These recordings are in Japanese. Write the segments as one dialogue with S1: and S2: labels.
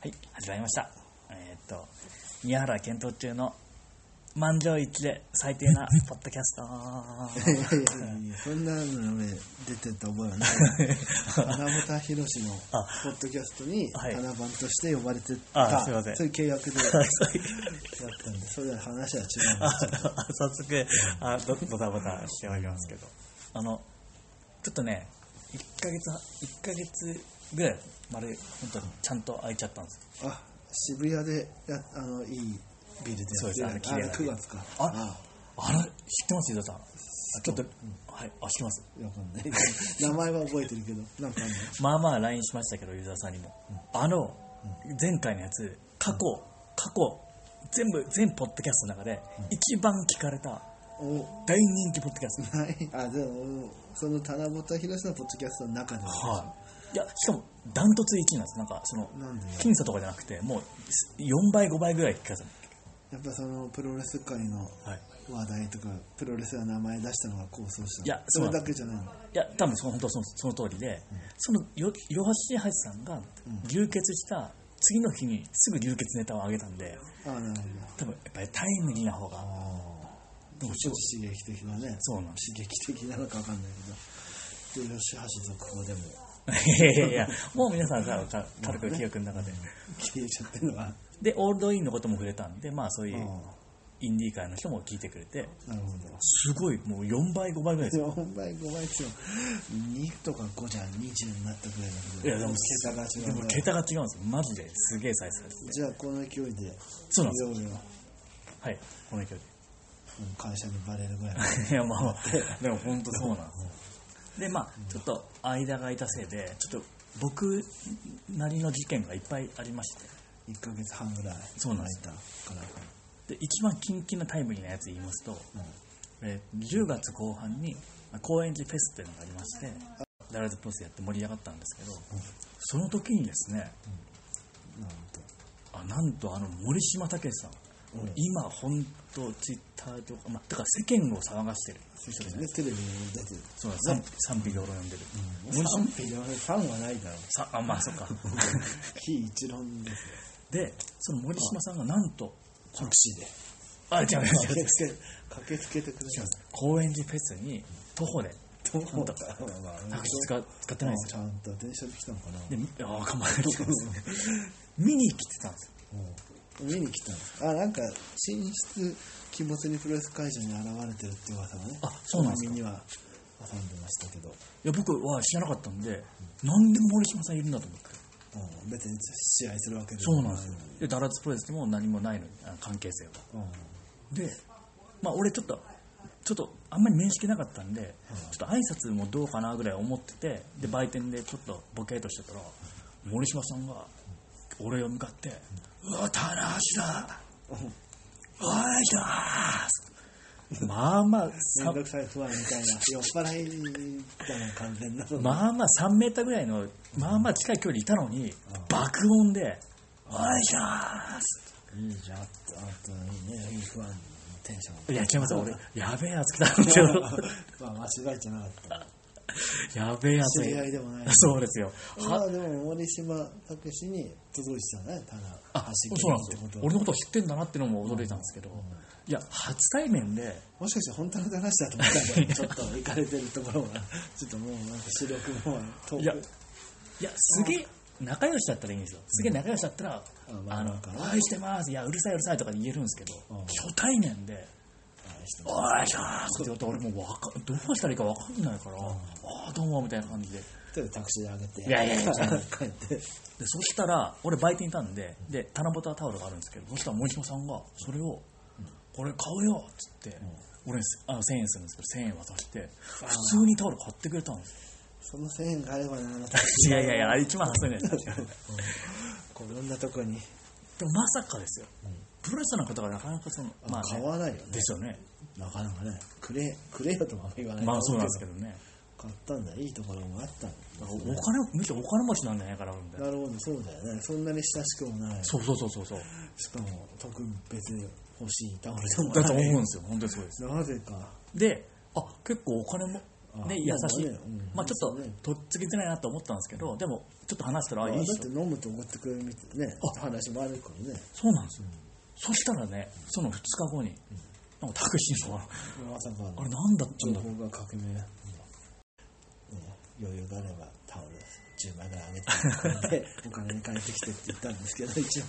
S1: はい、始まりました。えーっと、宮原検討中の満場一致で最低なポッドキャスト。
S2: いやいやいやそんなのね出てた覚えはない花本博士の
S1: あ
S2: ポッドキャストに
S1: はい
S2: 花番として呼ばれて
S1: あ
S2: た
S1: すいません
S2: そういう契約でや
S1: そういう
S2: ったんでそれでは話は違うんで
S1: あの早速あどドタバタしておりますけどあのちょっとね1ヶ月は一ヶ月ぐらいまる本当にちゃんと空いちゃったんです
S2: すあ渋谷でやあのいいビルで
S1: そうです
S2: や
S1: あ
S2: っ
S1: の
S2: て
S1: 綺麗な
S2: あ9月か
S1: あ
S2: あ
S1: あの知ってます伊沢さんあちょっと、はいあ知ってます
S2: わかんない名前は覚えてるけどなんかあんの
S1: まあまあ LINE しましたけどユーザーさんにも、あの前回のやつ過去、過去全部全ポッドキャストの中で一番聞かれた
S2: お
S1: 大人気ポッドキャスト、
S2: ないあでもその花本博士のポッドキャストの中で
S1: はいいやしかもダントツ1位なんですなんかその
S2: なんで
S1: 僅差とかじゃなくてもう4倍5倍ぐらい聞かせる
S2: やっぱそのプロレス界の
S1: はい
S2: 話題とかプロレスが名前出したのが構想したの
S1: いや
S2: そ
S1: そう
S2: れ
S1: な
S2: だ
S1: ん
S2: けじゃないの
S1: いや多分その本当そのその通りで、そのよよはしはしさんが流血した次の日にすぐ流血ネタを上げたんで
S2: ああなるほ
S1: 多分やっぱりタイムリーな方がで
S2: ど
S1: も
S2: ちょっと刺激的なね
S1: そうなんで
S2: 刺激的なのか分かんないけどで吉橋続報でも
S1: すいやいや いやもう皆さん多分か軽く記憶の中で
S2: 消えちゃってるのは
S1: でオールドインのことも触れたんでまあそういう
S2: うん
S1: インディー界の人も聞いてくれて
S2: なるほ
S1: すごいもう4倍5倍ぐらいですよ
S2: ど4倍5倍って2とか5じゃ20になったぐらいだけど
S1: いやでも
S2: 桁が違
S1: で
S2: う
S1: も
S2: な
S1: 桁が違うんですよマジですげえ再生されてて
S2: じゃあこの勢いで
S1: そうなんですよ
S2: いよいよ
S1: はいこの勢いで
S2: うん会社にバレるぐらい
S1: いやまあま あでも本当そうなんですよでまあちょっと間が空いたせいでちょっと僕なりの事件がいっぱいありまして
S2: 1ヶ月半ぐらい
S1: そうなんです
S2: 空いたから
S1: で一番キンキンなタイムリーなやつ言いますと、えー10月後半にまあ高円寺フェスっていうのがありましてダラズプロスやって盛り上がったんですけど、その時にですね、
S2: なんと
S1: あなんとあの森島武さん、今本当ツイッターとか、まあ、だから世間を騒がしてる人ですね
S2: ねテレビにも出てる
S1: そうなんです賛賛否両論読んでる、森島
S2: 賛否両論ファンはないだろう
S1: さあまあそっか
S2: 非一論ですよ
S1: でその森島さんがなんと
S2: タクシーで
S1: あ違う違う違
S2: 駆け
S1: う
S2: つけ駆けつけてくれ
S1: 違う高円寺フェスに徒歩で
S2: と思った
S1: タ
S2: タ
S1: タクシー使う使ってないです
S2: ち
S1: よ
S2: ゃんと電車で来たのかな
S1: でみあわかんないです見に来てたんですよ
S2: うん見に来たのあなんか進出気持ちにプロレス会場に現れてるって噂がね
S1: あそうなんですか
S2: 耳には挟んでましたけど、
S1: いや僕は知らなかったんで、なんで森島さんいるんだと思って、
S2: うん、別に試合するわけで
S1: そう
S2: も
S1: なんですよでダラツプロレスでも何もないのにあ関係性は
S2: うん
S1: でまあ俺ちょっとちょっとあんまり面識なかったんで、ちょっと挨拶もどうかなぐらい思っててで売店でちょっとボケーとしてたら森島さんが俺を向かって「うわ棚橋だおいしだ!」 まあまあ
S2: めん
S1: さ
S2: どくさい不安みたいな酔っ払いだな完全な
S1: まあまあ3メーターぐらいのまあまあ近い距離いたのに爆音で「おいしゃーす
S2: いいじゃんあとあとねいい不安テンション」
S1: いや違います俺やべえやつ来たんですよ
S2: まあ間違いじゃなかった
S1: やべえやつ
S2: 知り合いでもない
S1: そうですよ
S2: まあでも森島武史に届いてたねただ
S1: あ
S2: 走
S1: そうなん
S2: って
S1: で
S2: こ
S1: す
S2: と
S1: よ
S2: は
S1: 俺のことを知ってんだなってのも驚いたんですけど、いや初対面で
S2: もしかして本当の話だと思ったんだよちょっと行かれてるところはちょっともうなんか視力も遠く
S1: いやいやすげえ仲良しだったらいいんですよすげえ仲良しだったら「
S2: うん
S1: あの
S2: まあ
S1: 愛してます」いや「うるさいうるさい」とか言えるんですけど、
S2: うん
S1: 初対面で
S2: あして
S1: 「
S2: も
S1: おいしょー」って言うと俺もうわかどうしたらいいかわかんないから「ああどうも」みたいな感じでで
S2: ちょっとタクシーで上げて
S1: いやいやいや
S2: 帰って
S1: そしたら俺売店いたんでで七夕タオルがあるんですけどそしたら森島さんがそれを「これ買うよ」っつって、俺にあの1000円するんですけど1000円渡して普通にタオル買ってくれたんですよ
S2: その1000円があればなあの
S1: いやいやいや、あれ1万8000円じゃないですか。
S2: こんなとこに
S1: でもまさかですよ。プロレスの方がなかなかその、まあね、
S2: 買わないよね
S1: ですよね。
S2: なかなかねくれくれよとも言わない
S1: まあそうなんですけどね。
S2: 買ったんだいいところもあったんだ
S1: お金、むしろお金持ちなんじゃないかな、みたいな。
S2: なるほどそうだよねそんなに親しくもない
S1: そうそうそうそうそう。
S2: しかも特別に欲しいタオルでも
S1: だと
S2: ない
S1: 思うんですよ。本当にそうです。
S2: なぜか
S1: で、あ、結構お金も、
S2: あ
S1: で優しい、
S2: まあねうん
S1: まあ、ちょっ
S2: そうね
S1: ととっつきづらいなと思ったんですけどでもちょっと話したらあいい
S2: だっ
S1: 人
S2: て飲むとおごってくれるみたいなね話もあるからね
S1: そうなんですよ、そしたらねその2日後に、なんかタクシーの
S2: まさかの
S1: あれなんだった
S2: 情
S1: んだろう
S2: 報が革命、うんうん余裕があればタオル10枚ぐらいあげ てでお金に変えてきてって言ったんですけど一応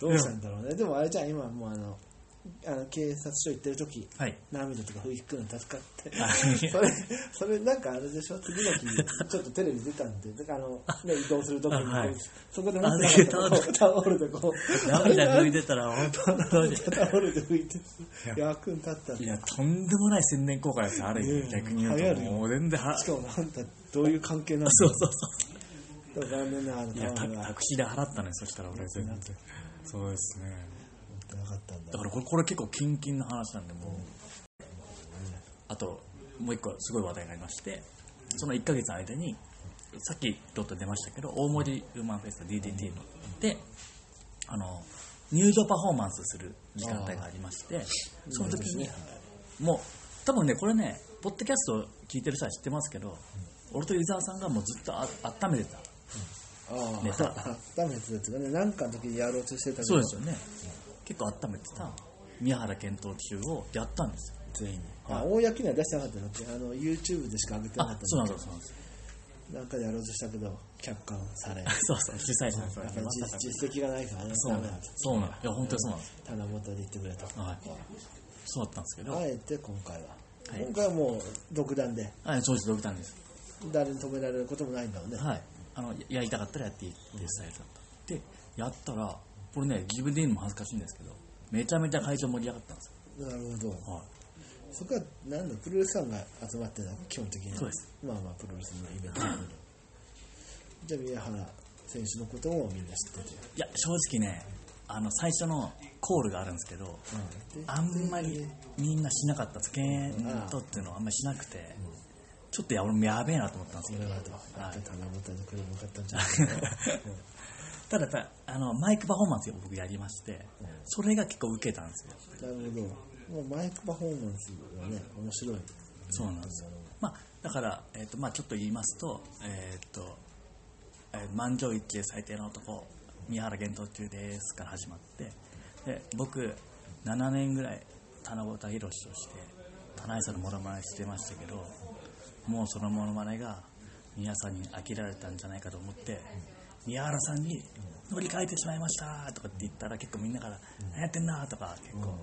S2: どうしたんだろうねでもあれじゃん今もうあのあの警察署行ってる時
S1: はい
S2: 涙とか吹きくの助かって
S1: あ
S2: それそれなんかあれでしょ次の日ちょっとテレビ出たんでだからあの、ね、移動する時にこう、
S1: あはい
S2: そこで待ってなかったらタオルでこう
S1: 涙拭いてたら本当に
S2: タオルで拭いて役に立ったん
S1: い
S2: だ
S1: やとんでもない宣伝効果ですよある意
S2: ね
S1: 味
S2: え
S1: 逆に言う
S2: 流行る
S1: と
S2: よ
S1: もう全然は
S2: し
S1: そ
S2: かもなんだどういう関係なんだ
S1: うそうそう
S2: でも残念ながら
S1: いやタ
S2: タオルは
S1: タクシーで払ったねそしたら俺全然
S2: 持って
S1: そうですね
S2: なかったんだ
S1: だからこれこれ結構キンキンの話なんでもうあともう一個すごい話題がありましてその1ヶ月の間にさっきちょっと出ましたけど大森ウーマンフェスタ DDT のであの入場パフォーマンスする時間帯がありましてその時にもう多分ねこれねポッドキャストを聞いてる人は知ってますけど俺と湯沢さんがもうずっとあ温めてた
S2: ああ
S1: ネタ
S2: 温めてたやつがね何かの時にやろうとしてたけど
S1: そうですよね結構温めてた宮原検討中をやったんですよ
S2: 全員あ公には出してなかったのってあの YouTube でしか上げてなか
S1: あ
S2: った
S1: そうなん
S2: だ
S1: ですそうなんです
S2: なんかでやろうとしたけど却下さ れやっ
S1: そうそう主催者の人
S2: ぱ
S1: が
S2: り実実績がないからね
S1: そうなんで
S2: ダメなんです
S1: すそうなんですいや本当にそうなんです
S2: 棚元で言ってくれと
S1: はいそうだったんですけど
S2: あえて今回は
S1: はい
S2: 今回はもう独断で
S1: はいそうです伸びたんです
S2: 誰に止められることもないんだもんね
S1: はいあのややりたかったらやっていいっていうスタイルだったでやったらこれね自分で言うのも恥ずかしいんですけどめちゃめちゃ会場盛り上がったんです
S2: なるほど
S1: よはい
S2: そこはなんだプロレスファンが集まってるの基本的には
S1: そうです
S2: まあまあプロレスのイベントだけどじゃあ宮原選手のこともみんな知ってて
S1: いや正直ねあの最初のコールがあるんですけどあんまりみんなしなかったんですケントっていうのはあんまりしなくてちょっといや俺もやべえなと思ったんですけ
S2: 俺
S1: ど
S2: はとあ
S1: は
S2: と
S1: い
S2: 棚本に来ればよかったんじゃないかな
S1: ただやっぱあのマイクパフォーマンスを僕やりましてそれが結構受けたんですよ
S2: なるほどもうマイクパフォーマンスがね面白い
S1: そうなんですよ、まあ、だから、えーとまあ、ちょっと言いますと,、えーとえー満場一致で最低の男宮原源闘中です」から始まってで僕7年ぐらい棚ぼたひろしとして棚井さんのモノマネしてましたけどもうそのモノマネが皆さんに飽きられたんじゃないかと思って宮原さんに乗り換えてしまいましたとかって言ったら結構みんなから「何やってんだ」とか結構、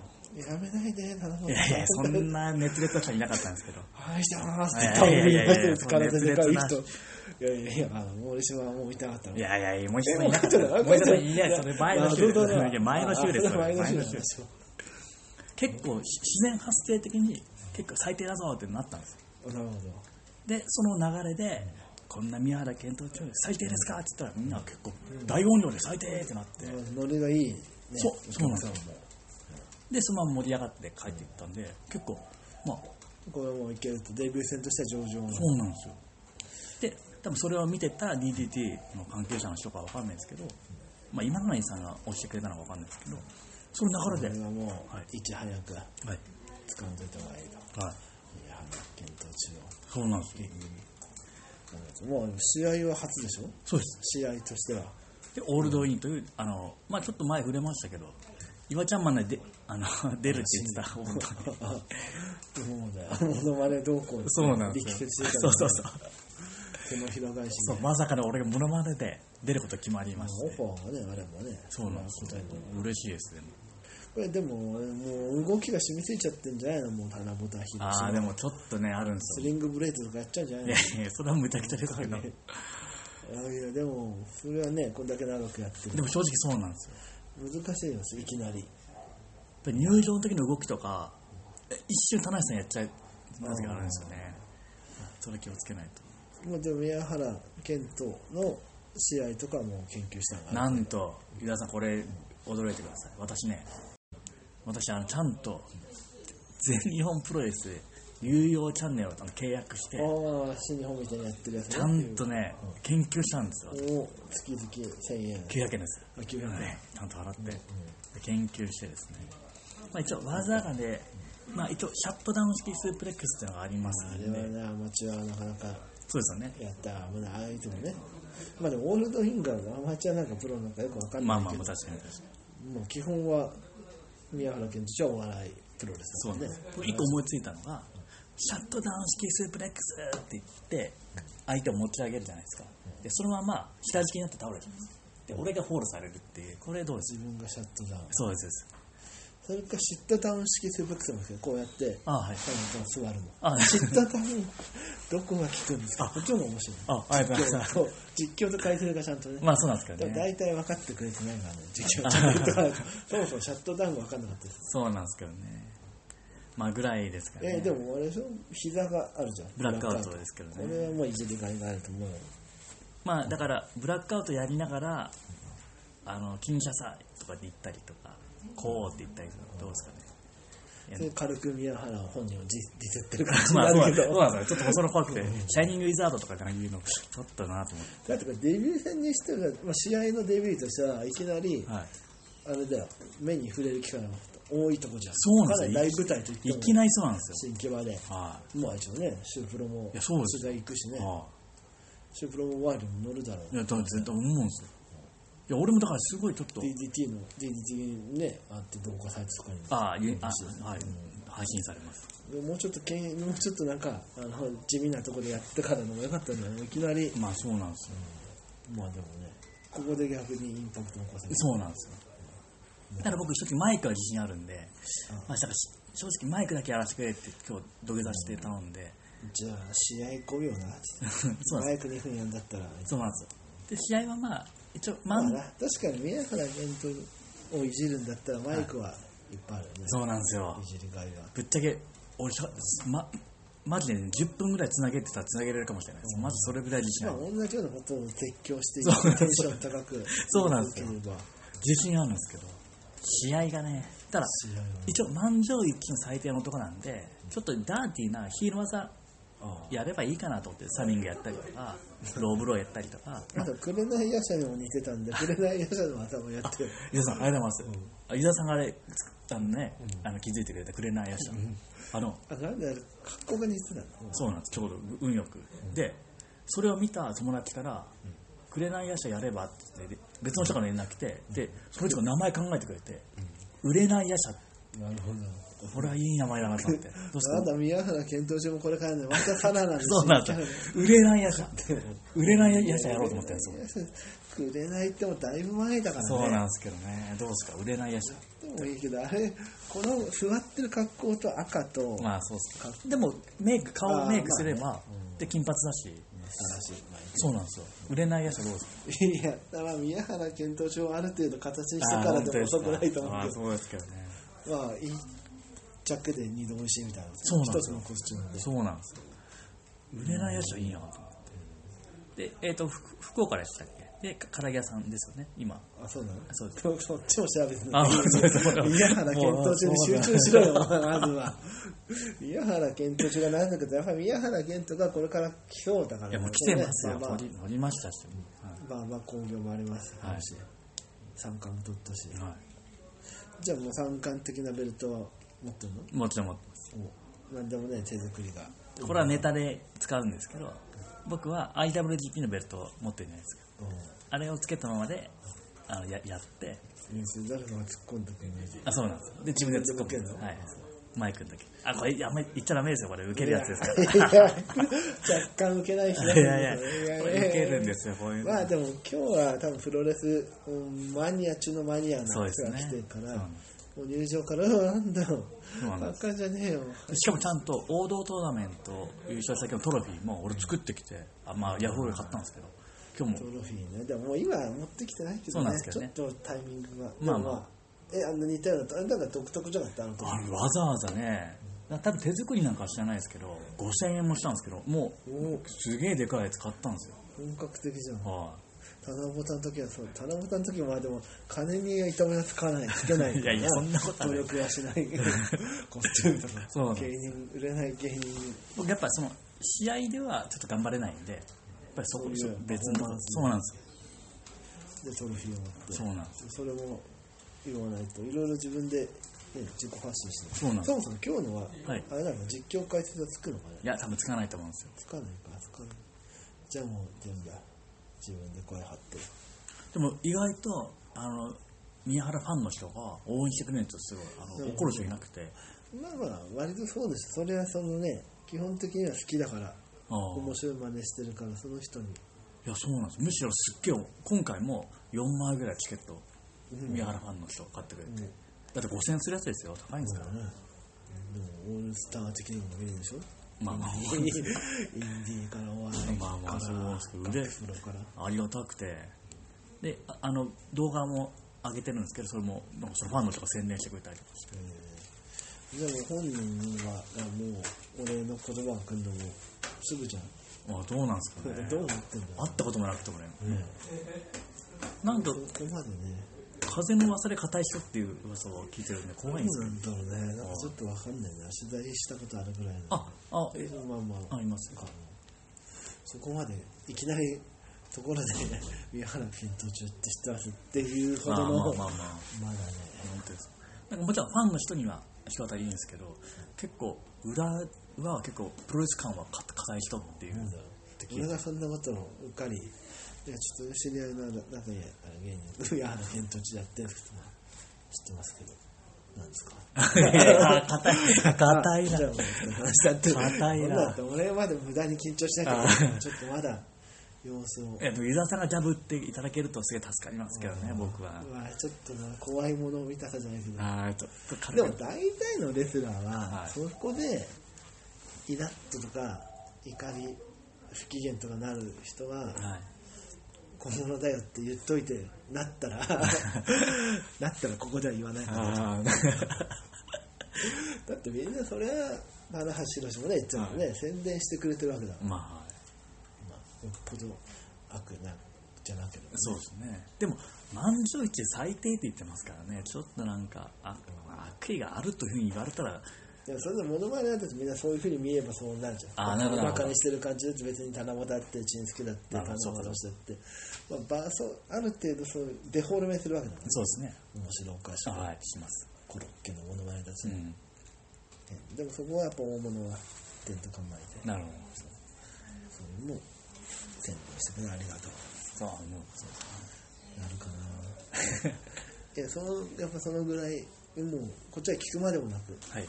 S2: やめないで棚本
S1: いやいやそんな熱烈な人はいなかったんですけど
S2: 愛してますっ
S1: いや
S2: て
S1: い
S2: 多分
S1: やいやいや
S2: 言って体でかい人
S1: そ
S2: いやいやいやあの森島はもう見たかったの
S1: いやいやいや、もう一度いなかっ
S2: ち
S1: た。
S2: ょっと
S1: もう一度いない、それ前の週
S2: あそうだね
S1: いや前の週です
S2: あ
S1: よ。
S2: 前の
S1: 前
S2: 週な
S1: の
S2: ん
S1: 週
S2: で
S1: です
S2: よ
S1: 結構し自然発生的に、結構最低だぞってなったんですよ。
S2: なるほ
S1: で、その流れで、こんな宮原健闘中、最低ですかって言ったら、みんな結構大音量で最低ってなって、
S2: どノリがいいね
S1: そうそうなんですよ
S2: お客さんも
S1: で、そのまま盛り上がって帰っていったんで、結構、まあ、
S2: これもいけるとデビュー戦としては上々
S1: そうなんですよ。で、多分それを見てた DDT の関係者の人かわかんないですけど、まあ、今の井さんが押してくれたのかわかんないですけど、その流
S2: こ
S1: れ
S2: れ
S1: で、
S2: はも
S1: は
S2: ういち早く
S1: はい。
S2: 掴んでいた方がいいと
S1: はい。
S2: いや検討中
S1: そうなんですよ。
S2: のもう試合は初でしょ
S1: そうです。
S2: 試合としては
S1: で、オールドインという、あの、まあちょっと前触れましたけど、岩ちゃんマンで、あの、 出るって言ってた、本当に。
S2: もうだよモノマネどうこう力説してた
S1: そうそうそう。
S2: 手のひら返し
S1: そう、まさかの俺がモノマネで出ること決まりまし
S2: オ
S1: て。
S2: ファーがねあればね
S1: そうなんですよ。嬉しいですね。
S2: これでももう動きが染みついちゃってんじゃないのもう棚ぼたひろし
S1: ああ、でもちょっとね、あるんです
S2: ス
S1: よ。
S2: リングブレードとかやっちゃうんじゃない
S1: い
S2: の
S1: やいや、それはむちゃくちゃですけど。
S2: ね
S1: で
S2: いやいやでもそれはねこんだけ長くやってる
S1: も正直そうなんですよ。
S2: 難しいですいきなり
S1: やっぱり入場の時の動きとか、え一瞬田中さんやっちゃう時があるんですよね。それ気をつけないと。
S2: もうでも宮原健斗の試合とかも研究したのが
S1: なんと湯田さんこれ驚いてください私ね私あのちゃんと全日本プロレス有料チャンネルをあの契約して
S2: ああ新日本みたいにやってるやつね
S1: ちゃんとね研究したんですよ
S2: お月々1000円
S1: 900円です
S2: あ900円
S1: ねちゃんと払って研究してですね、まあ、一応技がねまあ、一応シャットダウン式スープレックスっていうのがあります
S2: あ
S1: ん
S2: れは
S1: で
S2: ね、アマチュアはなかなか
S1: そうですよね
S2: やったら危ない、ああいう人もね。まあでも、オールドフィンガーのアマチュアなんかプロなんかよくわかん
S1: ま
S2: な
S1: あ
S2: い
S1: まあ
S2: け
S1: ま
S2: ど
S1: あ、確かに確かに
S2: もう基本は宮原健としてはお笑いプロレス
S1: そ
S2: だ
S1: う
S2: も
S1: なん
S2: んね。
S1: です僕一個思いついたのがシャットダウン式スープレックスって言って相手を持ち上げるじゃないですかでそのまま下敷きになって倒れちゃうんですで俺がホールされるっていうこれどうです
S2: 自分がシャットダウン。
S1: そうですそうです
S2: それか、シットダウン式セブックスもですけど、こうやって、
S1: あはい
S2: そう座るの。
S1: あ
S2: シットダウン、どこが効くんですかこっちも面白い。
S1: あありがとうございます
S2: 実況と実況と解説がちゃんとね。
S1: まあそうなんですけ
S2: だ
S1: ど
S2: から
S1: ね
S2: 大体分かってくれてないからね、実況ちゃんと言っとか ないとそもそもシャットダウン分かんなかったです。
S1: そうなんですけどねまあぐらいですか
S2: え
S1: ね
S2: ーでもあれでしょ膝があるじゃん
S1: ブラックアウトですけど
S2: これ
S1: ね
S2: はもういじりがいがあると思うよ
S1: まあだからブラックアウトやりながらあの金車祭とかで行ったりとかこうって言ったりとかどうですかね
S2: それ軽く宮原本人をディスってる感じに
S1: まあ、そうな
S2: なんる
S1: ですよ
S2: けど、
S1: そうなんですよちょっと細野怖くて、シャイニングウィザードとかから言うの、ちょっとなと思っ
S2: だってこれデビュー戦にしては、まあ、試合のデビューとしてはいきなり
S1: て、はい、
S2: あれだよ目に触れる機会が多いとこじゃん
S1: そうなんですよ
S2: かなり大舞台といっても
S1: いきなりそうなんですよ。
S2: 新規場で
S1: は
S2: まあ一応ねシュープロも
S1: いやそうです
S2: 取材行くし
S1: い、
S2: ね
S1: は
S2: シュープロもワールドに乗るだろう
S1: い、いや、だから絶対思うんですよ。いや、俺もだから、すごいちょっと、
S2: DDT の DDT ねあって動画サイトとかにも
S1: ああ、ゆあはい、配信されます。
S2: でもうちょっとけんもうちょっとなんかあの地味なとこでやってからのもよかったんだよねいきなり
S1: まあ、そうなんですよ。
S2: まあでもねここで逆にインパクト残せる
S1: そうなんですよ。だから僕、一時マイクは自信あるんで、まあ、だからし正直マイクだけやらせてくれって、今日土下座して頼んで、
S2: じゃあ試合来るよな
S1: そうなん
S2: マ
S1: で
S2: イク2分やんだったら
S1: す。そうなんですよ。で、試合はまあ、一応、
S2: ま
S1: ま
S2: あ
S1: あ、
S2: な確かに宮原健人をいじるんだったらマイクはいっぱいあるよね、
S1: そうなんですよ
S2: い。じりがいが
S1: ぶっちゃけ俺しゃまマジで、ね、10分ぐらいつなげってたらつなげれるかもしれないです、まずそれぐらい自信ある、
S2: まあ同じようなことを絶叫して
S1: そう
S2: テンション高く
S1: そうなんですよ
S2: ければ
S1: 自信あるんですけど試合がねただ
S2: 試合はね
S1: 一応満場一致の最低の男なんでちょっとダーティーなヒール技
S2: あ
S1: やればいいかなと思ってサミングやったりと かローブローやったりとか
S2: あと紅夜叉にも似てたんで紅夜叉の頭やってる
S1: 伊沢さんありがとうございます、あ伊沢さんがあれあのね、あの気づいてくれたくれないやつあの
S2: あなんであれ格好が似てた の
S1: そうなんですちょうど運よく、でそれを見た友達から「紅夜叉やれば」って言ってで別の人から連絡来て、でその人が名前考えてくれて「売れない夜叉」
S2: なるほど
S1: これはいい名前だなと思 ってどう
S2: あ
S1: し
S2: な
S1: た
S2: た宮原健闘中もこれからねまたさらなんですよ
S1: そうなんですよ売れない夜叉売れない夜叉やろうと思ってるんですよ
S2: くれないってもだいぶ前だからね
S1: そうなんですけどねどうですか売れない夜叉
S2: でもいいけどあれこの座ってる格好と赤と、
S1: まあそうっすかでもメイク顔をメイクすれば、
S2: まあうん
S1: で金髪だし
S2: 正しいまあいい
S1: そうなんですよ売れない夜叉どうですか
S2: いや、だから宮原検討書をある程度形にしてからでも遅くないと思う
S1: あ
S2: け
S1: ーそうですけどね
S2: ど、まあ、一着で二度美味しいみたいな、
S1: そうなん
S2: 一
S1: です
S2: つ
S1: よ
S2: のコスチュームで、
S1: そうなんですよ売れないやつはいいなと思ってでえっ、と福福岡でしたっけでか唐揚げ屋さんですよね今
S2: あ、そうなの
S1: そうです
S2: そそっちも調べて
S1: あそうですそうです
S2: 宮原検討書に集中し ろよ、まずは。宮原検討書が何だかと、やっぱり宮原健人がこれから来そうだから、
S1: いやもう来てますよ
S2: まあまあ
S1: 取り取りましたし、は
S2: まあまあ、興行もありますし、
S1: はい
S2: 三冠も取ったし
S1: い、は
S2: じゃあもう三冠的なベルトは持ってるの
S1: い、もちろん持ってます
S2: おなんでもね、手作りが。
S1: これはネタで使うんですけど僕は IWGP のベルトを持ってるじゃないですか
S2: うん
S1: あれをつけたままであのややって
S2: 誰かが突っ込んでくれない
S1: あそうなんですよで自分で突っ込む
S2: 受けんの
S1: はいマイクの時あこれあんまり言っちゃダメですよこれ受けるやつですから
S2: いや若干受けない 人
S1: いやいや、これ受けるんですよ、こういうの。
S2: まあでも今日は多分プロレスうんマニア中のマニアの人
S1: そう
S2: が
S1: ですね
S2: 来てるから、
S1: そうなんで
S2: もう入場からうわなんだろ
S1: そうな
S2: うん
S1: です
S2: 赤じゃねえよ
S1: しかもちゃんと王道トーナメント優勝した時のトロフィーも俺作ってきて、あまあ、ヤフオクで買ったんですけど、今日
S2: ト
S1: も、
S2: ロフィーねでももう今は持ってきてないけ
S1: そ
S2: ど
S1: う
S2: ね
S1: なんですけどね
S2: ちょっとタイミングが
S1: まあまあ
S2: でもえあの似たようなあれなんか独特じゃなかったあの時
S1: あれわざわざね、な多分手作りなんかは知らないですけど、5000円もしたんですけど、も
S2: お
S1: う、すげえでかいやつ買ったんですよ。
S2: 本格的じゃん
S1: は
S2: 七夕の時はそう七夕の時もまあでも金には糸目がつかないつけないから
S1: いやいやそんなことはない
S2: 努力はしない コスチュームと
S1: そうな
S2: か
S1: んです
S2: 芸人売れない芸人
S1: い僕やっぱその、試合ではちょっと頑張れないんで、やっぱりそこ、
S2: そういう
S1: 別の
S2: パフォーマン、ス
S1: そうなんですよ。
S2: でトロフィーを持って
S1: そうなんですよ。
S2: それも言わないといろいろ自分でね自己発信して
S1: そうなんです
S2: そもそも今日のは、
S1: はい
S2: あれなの実況解説はつくのかね
S1: いや多分つかないと思うんですよ
S2: つかないかつかないじゃあもう全部自分で声張って
S1: でも意外とあの宮原ファンの人が応援してくれるんですよすごいあ
S2: う
S1: の
S2: ん
S1: 怒る人いなくて、
S2: まあまあ割とそうですそれはそのね基本的には好きだから
S1: ああ
S2: 面白い真似してるからその人に
S1: いやそうなんですむしろすっげえ今回も4枚ぐらいチケット
S2: うん
S1: 宮原ファンの人が買ってくれて、
S2: うん
S1: だって5000円するやつですよ高いんですか、
S2: だかららねでもオールスター的にも見るでしょ
S1: まあまあ
S2: インディーからお笑いか
S1: まあまあそうですけど
S2: ら
S1: で
S2: プロから
S1: ありがたくてでああの動画も上げてるんですけどそれもなんかそのファンの人が宣伝してくれたりとかして
S2: えーでも本人はあもう俺の言葉をくんでもすぐじゃん、
S1: あどうなんですかね
S2: どう思ってんだろ
S1: 会ったこともなくてもね、
S2: うね
S1: なんか
S2: そこまでね
S1: 風の噂で硬い人っていう噂を聞いてるんで怖いんです
S2: どう
S1: けど、
S2: なんだろうねなんかちょっとわかんないな取材したことあるぐらいな
S1: ああえ
S2: まあまあ
S1: あいますか
S2: そこまでいきなりところで宮原ピン途中って知ってますっていうほど
S1: まあ
S2: の
S1: まあ
S2: ま
S1: まあまあ
S2: だね
S1: 本当ですなんかもちろんファンの人には人当たりいいんですけど結構裏は結構プロレス感はか硬い人っていうって聞い
S2: 俺
S1: て
S2: がそんなことをうっかりいやちょっと知り合いの中にあれ芸人宮原ピン途中やってる人も知ってますけどなんですか
S1: 硬い硬い
S2: じゃあ
S1: な
S2: もう話しちゃって
S1: 硬いな
S2: 俺だって俺まで無駄に緊張しなきゃいけないからちょっとまだ様子を
S1: えっと湯沢さんがジャブっていただけるとすげえ助かりますけどね僕は
S2: うわちょっとな怖いものを見たさじゃないけど
S1: あーちょっと軽
S2: で
S1: く
S2: も大体のレスラー
S1: は
S2: はいそこでイラッととか怒り不機嫌とかなる人は
S1: はい
S2: 小物だよって言っといてなっ たらなったらここでは言わないから
S1: あ
S2: だってみんなそれは棚橋宏もねいつもね宣伝してくれてるわけだか
S1: ー
S2: ら
S1: まあ
S2: まあよっぽど悪なじゃなければね
S1: そうですねでも満場一致最低って言ってますからねちょっとなんかあ悪意があるというふうに言われたら
S2: でもそれで物まねだとみんなそういうふうに見えばそうなるじゃん。
S1: あーなるほど
S2: バカにしてる感じだと別に棚ぼだって、チンスケだって、
S1: な
S2: 棚
S1: るほどそう
S2: ぼ
S1: か
S2: だって。まあ、ばそうある程度そういうデフォルメするわけだからね。
S1: そうですね
S2: 面白おかしく、
S1: はいします
S2: コロッケの物まねだと
S1: う
S2: ね、
S1: ん
S2: でもそこはやっぱ大物は点と構えて、
S1: なるほど
S2: それも宣伝してくれありがとう。
S1: そう思うそう
S2: なるかな いや、その、やっぱそのぐらい、もう、こっちは聞くまでもなく、
S1: はい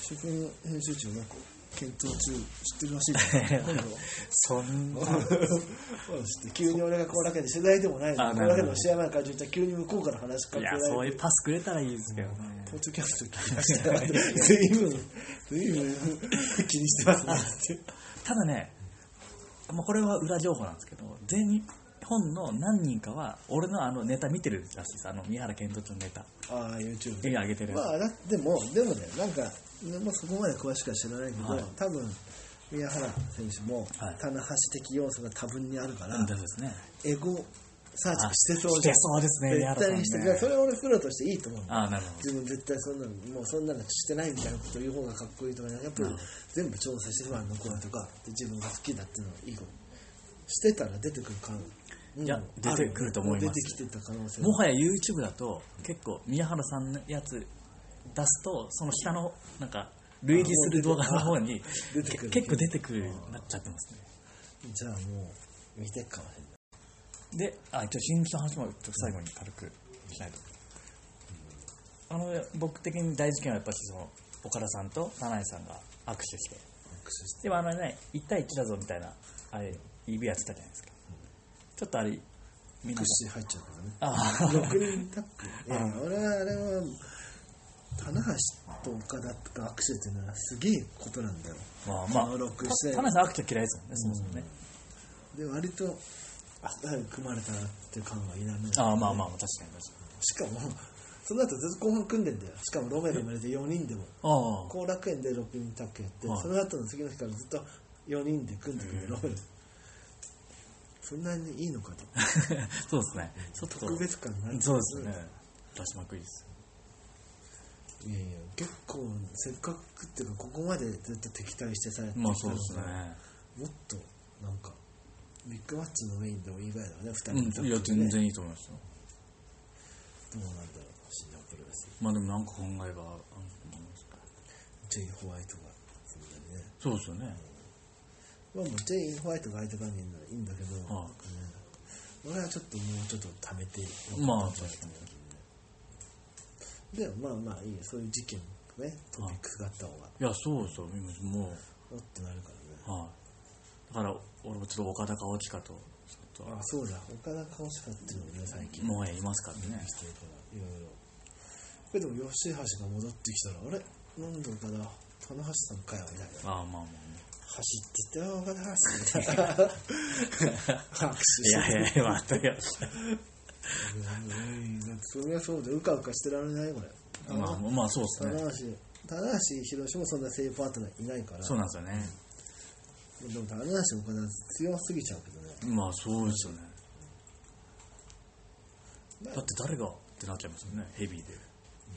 S2: 主君編集長なんか検討中知ってるらしい から今度は
S1: そんな
S2: 急に俺がこうだけで取材でもない
S1: あ
S2: のこ
S1: な
S2: う
S1: るほど
S2: だけの試合前からたら急に向こうから話しか
S1: い
S2: け
S1: や
S2: られ
S1: そう
S2: て
S1: いうパスくれたらいいですけどね
S2: ポッドキャスト聞きましたよ 随分随分 気にしてますね って
S1: ただね、まあ、これは裏情報なんですけど全日本の何人かは俺のあのネタ見てるらしいですあの宮原健人のネタ
S2: ああ YouTube
S1: 絵に上げてるやつ
S2: まあだってもでもねなんかまあそこまで詳しくは知らないけど、
S1: はい
S2: 多分宮原選手も
S1: はい
S2: 棚橋的要素が多分にあるから、
S1: なんだそうですね
S2: エゴサーチしてそう
S1: してそうですね
S2: 絶対にしてくれ、
S1: 宮原さ
S2: そ
S1: んね
S2: れは俺プロとしていいと思うの
S1: ああなるほど
S2: 自分絶対そんなのもうそんなのしてないみたいなこと言う方がかっこいいとかじゃなくやっぱり全部調査してファンの声とかで自分が好きだっていうのはいいことしてたら出てくる可能
S1: いや出てくると思います
S2: 出てきてた可能性
S1: もはや YouTube だと結構宮原さんのやつ出すとその下のなんか類似する動画の方に
S2: 出てくる
S1: 結構出てくるようになっちゃってますね
S2: じゃあもう見てっかもしれない
S1: で、あ、一応新日の話もちょっと最後に軽くしないと。あの、僕的に大事件はやっぱりその、岡田さんと田内さんが握手して、
S2: 握手して
S1: でもあのね、1対1だぞみたいな、あれ、指やってたじゃないですか。ちょっとあれ、みんな
S2: 握、手入っちゃうからね
S1: あ
S2: 6人タッグいや俺はあれは棚橋と岡田とか握手っていうのはすげえことなんだよ
S1: あ、まあまあ、
S2: あの六
S1: た
S2: 戦
S1: 田内さん握手嫌いですもんね、そもそもね。
S2: で割とあ早く組まれたなっていう感は否めない
S1: ああ、まあまあ、確かに確か
S2: しかもその後ずっと後半組んでんだよしかもロメロも入れて4人でも
S1: に。ああ、
S2: 後楽園で6人タッグやって、
S1: はい
S2: その後の次の日からずっと4人で組んでくるロメロそんなにいいのかと
S1: そうですね。ちょっと、
S2: 特別感ない
S1: そうですね。出しまくりです。
S2: いやいや結構せっかくっていうかここまでずっと敵対してされてきた
S1: まあ
S2: の
S1: そうですね
S2: が。もっとなんかビッグマッチのメインでもいいぐらいだね2
S1: う
S2: 人のタ
S1: ん、い
S2: ッグ
S1: や、
S2: ってね
S1: 全然いいと思いますよ。
S2: どうなんだろう新日本プロレス
S1: まあでもなんか考えがあると思います
S2: ジェイ・ホワイトがそんなにね
S1: そうですよね
S2: まあもうジェイ・ホワイトが相手関係ならいいんだけど、
S1: はい
S2: なんかね俺はちょっともうちょっと貯めて
S1: まあ
S2: ちょっとねでもまあまあいいよそういう事件ねトピックスがあった方が
S1: いやそうですよ今も
S2: おってなるか
S1: うはいだから
S2: らね
S1: 俺もちょっと岡田か落かとちょっ
S2: あそうだ岡田顔しかっていうのもね最近
S1: ともうやいますからね
S2: してるからいろいろこれでも吉橋が戻ってきたらあれなんで岡田棚橋さんかよみたいな
S1: ああまあまあね
S2: 走ってってよ岡田橋みたいな拍手
S1: い
S2: して
S1: やいやいやまたいや
S2: うんだってそれはそうでうかうかしてられないこれ
S1: まあまあそうですね
S2: 棚橋棚橋宏もそんなセーフパートナーいないから
S1: そうなんですよね
S2: でも棚橋岡田強すぎちゃうけどね
S1: まあそうですよね
S2: まあ
S1: だって誰がってなっちゃいますよねヘビーで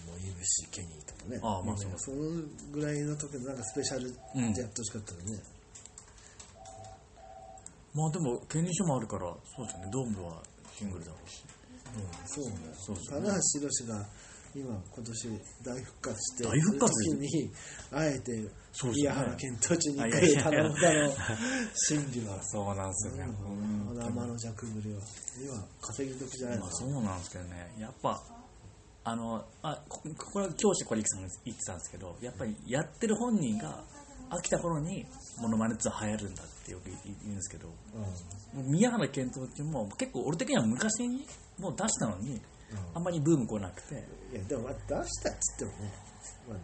S2: もうイブシケニーとかね
S1: ああまあ
S2: なんかそのぐらいの時のなんかスペシャルで
S1: うん
S2: やってほしかったよね、
S1: まあでも権利書もあるからそうですよねドームはシングルだろうし
S2: うんそうなんだよ
S1: そうそう
S2: 棚橋宏が今今年大復活して
S1: 大復活
S2: その時にあえて
S1: そうですね
S2: 宮原健途中に行
S1: あい
S2: く
S1: やいやいや
S2: 頼んだの心理は
S1: そうなんですよね
S2: あの天の弱ぶりは今稼ぎ時じゃないの
S1: まあ
S2: かな
S1: そうなんですけどねやっぱあのあここれは教師小力さんが言ってたんですけどやっぱりやってる本人が飽きた頃にモノマネって流行るんだってよく言うんですけど
S2: う
S1: もう宮原健人っていうのも結構俺的には昔にもう出したのにあんまりブーム来なくて
S2: んいやでもまあ出したっつってもね、まあね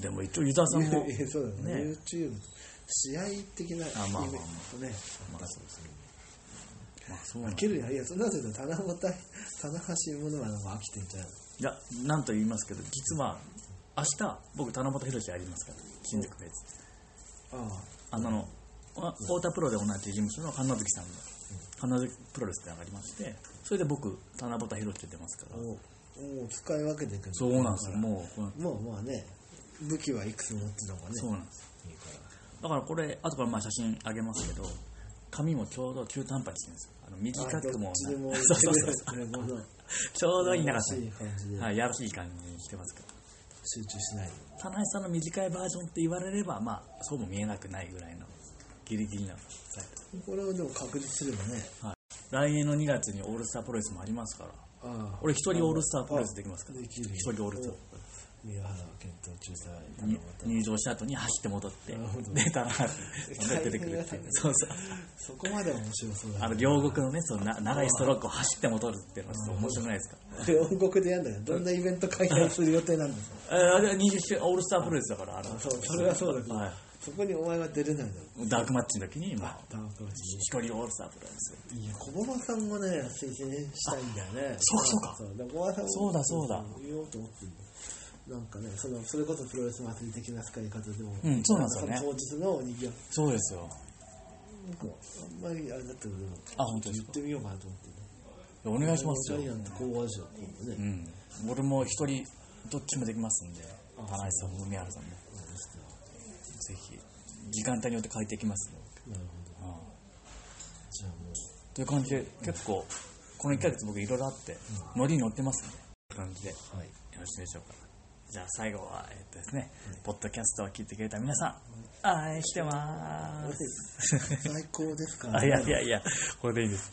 S1: でも一応湯沢さんも
S2: いやそうだね
S1: ね
S2: YouTube 試合的なイ
S1: あ
S2: ベン
S1: まあまあまあ
S2: ト
S1: まあ
S2: ね
S1: そうですねまあそうなん
S2: 負けるやいやそんなこと言うと棚本棚橋ものはなんか飽きてんじゃん
S1: いや、なんと言いますけど、実は、明日、僕、七夕宏やりますから、新宿別。
S2: ああ
S1: あの、あ太田プロで同じ事務所の神奈月さんが、神奈月プロレスって上がりまして、それで僕、七夕宏って出ますから、
S2: もうもう使い分けていくんだ
S1: そうなんですよ、もう、この
S2: もうまあね武器はいくつ持ってた方がね
S1: そうなんです。
S2: いいか
S1: だ
S2: ら
S1: からこれ、後からまあ写真あげますけど、髪もちょうど中途半端にしてるんですよ。あの短
S2: あ
S1: く
S2: ど
S1: も
S2: っちでも
S1: ない そうそうそう
S2: いけるもの
S1: ちょうどいい長さ
S2: 楽し
S1: に
S2: い、感じで
S1: はい、やらしい感じにしてますけど。
S2: 集中しないで
S1: 田中さんの短いバージョンって言われれば、まあ、そうも見えなくないぐらいのギリギリなサイズ
S2: これをでも確立すればね
S1: 来年の2月にオールスタープロレスもありますから
S2: ああ
S1: 俺一人オールスタープロレスできますから
S2: できるよ
S1: 一人オールスター
S2: 宮原健闘中さん
S1: に入場した後に走って戻って
S2: なるほど
S1: で棚橋さんが出てくるってい
S2: 大変
S1: う
S2: だね
S1: そうそう
S2: そこまで面白そう
S1: あ
S2: だ
S1: の
S2: ね
S1: 両国のねそのな長いストロークを走って戻るっていうのはちょっと面白くないですか
S2: 両国でやんだよどんなイベント開催する予定なんだよ
S1: えーあれは20周オールスタープロレスだからあの
S2: そうそれはそうだけど
S1: はい
S2: そこにお前は出れないだろ
S1: ダークマッチの時にまあ
S2: ダウンプロレス
S1: 一人オールスタープロレス
S2: いや小駒さんもね推薦したいんだよね
S1: そうそうか
S2: そうだ小駒さんも
S1: そうだそうだ
S2: 言おうと思ってんだよなんかねそのそれこそプロレス祭り的な使い方でも、
S1: うんそうなんですよね
S2: その当日のおにぎわい
S1: そうですよ
S2: 僕はあんまりあれだったけど
S1: あ本当です
S2: 言っ
S1: か
S2: てみようかなと思ってね
S1: お願いします
S2: ジャイア
S1: よ
S2: ント考案者今度ね、
S1: うん俺も一人どっちもできますんで棚橋さんも宮原さんもぜひ時間帯によって変えていきますね、
S2: なるほど
S1: うん
S2: じゃあもう
S1: という感じで結構この1ヶ月僕いろいろあって乗りに乗ってますね感じでよ
S2: はい
S1: ろしいでしょうかじゃあ最後はえっとですねポッドキャストを聞いてくれた皆さん愛してまーす
S2: 最高です か
S1: あいやいやいやこれでいいです